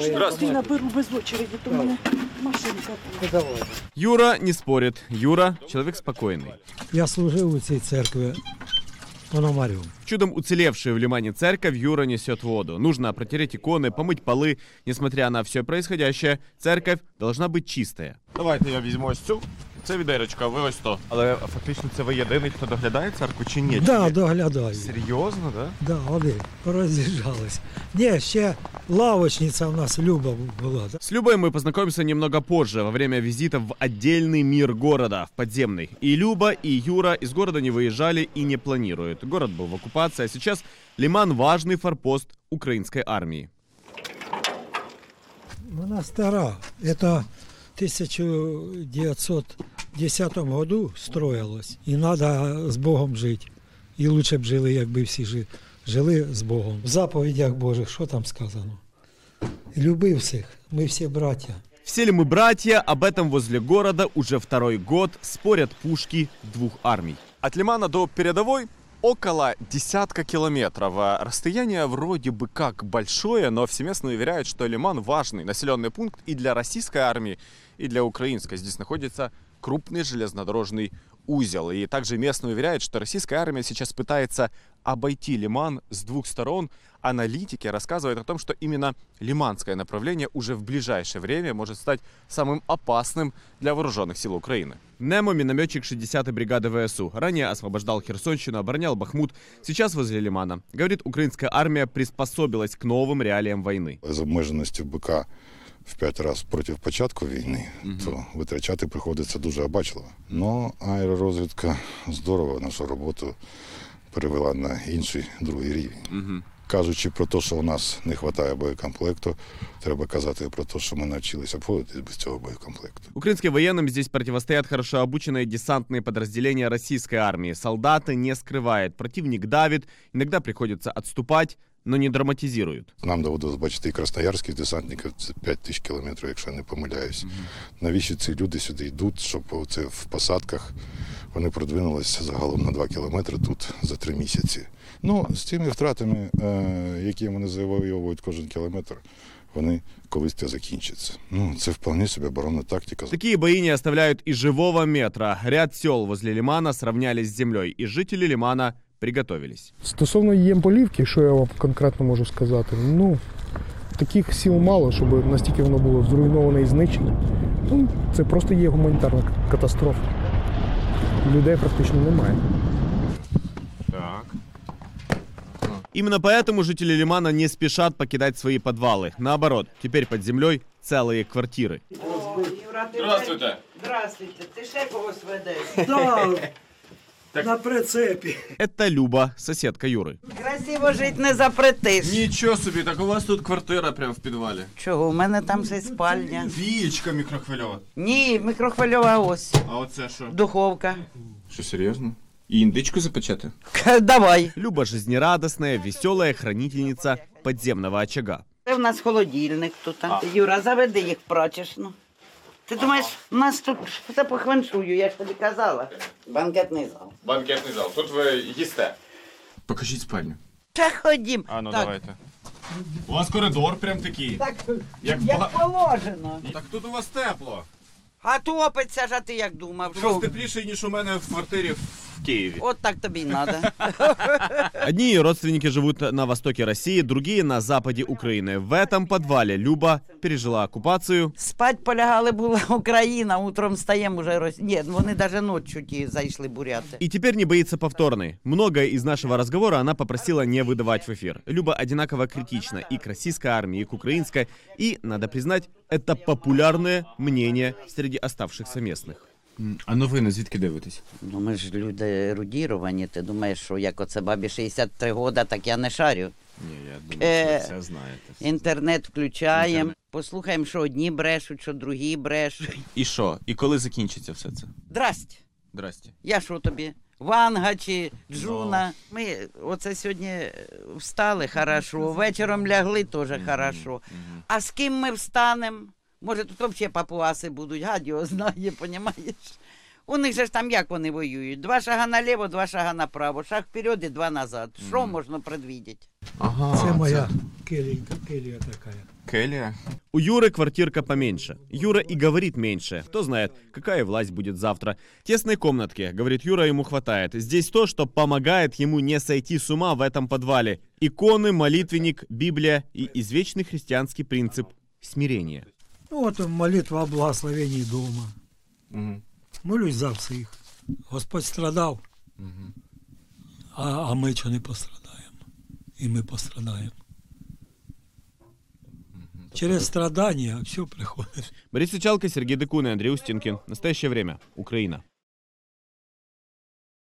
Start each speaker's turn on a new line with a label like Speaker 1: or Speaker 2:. Speaker 1: Здравствуйте.
Speaker 2: Я наберу без очереди, то у мене машинка.
Speaker 3: Юра не спорит. Юра – человек спокойный.
Speaker 4: Я служив у цій церкві Пономарю.
Speaker 3: Чудом уцелевшая в Лимане церковь Юра несет воду. Нужно протереть иконы, помыть полы. Несмотря на все происходящее, церковь должна быть чистая.
Speaker 5: Давайте я візьму ось цю. Це відерочка, ви ось то. Але фактично це ви єдиний, хто доглядає церкву чи ні?
Speaker 4: Да,
Speaker 5: Чи-
Speaker 4: доглядаю.
Speaker 5: Серйозно, да?
Speaker 4: Да, вони пороз'їжджались. Ні, ще лавочниця в нас Люба була.
Speaker 3: С Любой мы познакомимся немного позже, во время визита в отдельный мир города, в подземный. И Люба, и Юра из города не выезжали и не планируют. Город был в оккупации, а сейчас Лиман – важный форпост украинской армии.
Speaker 4: Вона стара. Це в 1910 году строїлось. І треба з Богом жити. І лучше б жили, якби всі жи- жили з Богом. В заповідях Божих, що там сказано? Люби всіх, ми всі браття.
Speaker 3: Все ли мы братья, об этом возле города уже второй год спорят пушки двух армий.
Speaker 5: От Лимана до передовой около десятка километров. А Расстояние вроде бы как большое, но всеместно уверяют, что Лиман важный населенный пункт и для российской армии, и для украинской. Здесь находится крупный железнодорожный узел. И также местные уверяют, что российская армия сейчас пытается обойти Лиман с двух сторон. Аналитики рассказывают о том, что именно лиманское направление уже в ближайшее время может стать самым опасным для вооруженных сил Украины.
Speaker 3: Немо – минометчик 60-й бригады ВСУ. Ранее освобождал Херсонщину, оборонял Бахмут. Сейчас возле Лимана. Говорит, украинская армия приспособилась к новым реалиям войны.
Speaker 6: з обмеженістю БК в п'ять разів проти початку війни, то витрачати приходиться дуже обачливо. Ну, аеророзвідка здорово нашу роботу перевела на інший другий рівень. Кажучи про те, що у нас не вистачає боєкомплекту, треба казати про те, що ми навчилися обходитись без цього боєкомплекту.
Speaker 3: Украинским военным здесь противостоят хорошо обученные десантные подразделения российской армии. Солдаты не скрывают, противник давит, иногда приходится отступать, но не драматизируют.
Speaker 6: Нам доводилось бачити і красноярських десантників, це 5 тисяч кілометрів, якщо я не помиляюсь. Навіщо ці люди сюди йдуть, щоб це в посадках вони продвинулися загалом на 2 кілометри тут за 3 місяці. Ну, з тими втратами, е, які вони завоюють кожен кілометр, вони колись це закінчаться. Ну, це вполне собі оборонна тактика.
Speaker 3: Такие бои не оставляют и живого метра. Ряд сел возле Лимана сравнялись с землей, и жители Лимана приготовились.
Speaker 7: Стосовно Ємполівки, що я вам конкретно можу сказати, ну таких сіл мало, щоб настільки воно було зруйноване і знищене. Ну, це просто є гуманітарна к- катастрофа. Людей практично немає.
Speaker 3: Именно поэтому жители Лимана не спешат покидать свои подвалы. Наоборот, теперь под землей целые квартиры.
Speaker 2: Здравствуйте. Здравствуйте. Ти ще когось ведеш?
Speaker 4: Да, на прицепі.
Speaker 3: Это Люба, соседка Юры.
Speaker 2: Красиво жити не запретиш.
Speaker 5: Нічого собі, так у вас тут квартира прямо в підвалі.
Speaker 2: Чого? У мене там ще й спальня.
Speaker 5: Пічка мікрохвильова.
Speaker 2: Ні, мікрохвильова ось.
Speaker 5: А оце що?
Speaker 2: Духовка.
Speaker 5: Що серйозно? І індичку запечати?
Speaker 2: Ка- Давай.
Speaker 3: Люба жизнерадостная, веселая хранительница подземного очага.
Speaker 2: Це в нас холодильник тут. Юра, заведи їх прачечну. Ти думаєш, у нас тут все по хваншую, я ж тобі казала. Банкетний зал.
Speaker 5: Банкетний зал. Тут ви їсте. Покажіть спальню.
Speaker 2: Та ходім.
Speaker 5: А ну
Speaker 2: Так,
Speaker 5: давайте. У вас коридор прям такий.
Speaker 2: Так,
Speaker 5: Як в
Speaker 2: як
Speaker 5: бага-
Speaker 2: положено.
Speaker 5: Так тут у вас тепло.
Speaker 2: А топиться ж, а ти як думав?
Speaker 5: Тут у
Speaker 2: Що?
Speaker 5: вас тепліше, ніж у мене в квартирі в Києві.
Speaker 2: От так тобі й треба.
Speaker 3: Одни ее родственники живут на востоке России, другие на западе Украины. В этом подвале Люба пережила оккупацию,
Speaker 2: Спать полягали була Україна, утром встаємо вже роз... Ні, вони навіть ночі ті зайшли буряти.
Speaker 3: И теперь не боится повторной. Многое из нашего разговора она попросила не выдавать в эфир. Люба одинаково критична и к российской армии, и к украинской. И, надо признать, это популярное мнение среди оставшихся местных.
Speaker 5: А новини звідки дивитесь?
Speaker 2: Ну ми ж люди ерудіровані, ти думаєш, що як оце бабі 63 года, так я не шарю.
Speaker 5: Ні, я
Speaker 2: Е,
Speaker 5: думаю, що ви все знаєте.
Speaker 2: Інтернет включаємо, послухаємо, що одні брешуть, що другі брешуть.
Speaker 5: І що? І коли закінчиться все це?
Speaker 2: Драсть,
Speaker 5: Здрасте.
Speaker 2: я що тобі? Ванга чи Джуна. Ми оце сьогодні е, встали хорошо, вечором лягли теж хорошо. А з ким ми встанемо? Може, тут взагалі папуаси будуть, гад його знає, понімаєш? У них же ж там як вони воюють? Два шага наліво, два шага направо, шаг вперед і два назад. Що можна предвідіти?
Speaker 5: Ага.
Speaker 4: Це моя келенька, келия такая.
Speaker 5: Келия.
Speaker 3: У Юры квартирка поменьше. Юра и говорит меньше. Кто знает, какая власть будет завтра. Тесной комнатки, говорит Юра, ему хватает. Здесь то, что помогает ему не сойти с ума в этом подвале. Иконы, молитвенник, Библия и извечный христианский принцип смирения.
Speaker 4: Ну, вот молитва о благословении дома.
Speaker 5: Мгм.
Speaker 4: Молюсь за всіх. Господь страдав, а, а ми що не пострадаємо. І ми пострадаємо. Через страдання все приходить.
Speaker 3: Борис Сычалко, Сергей Декун и Андрей Устинкин. Настоящее время. Украина.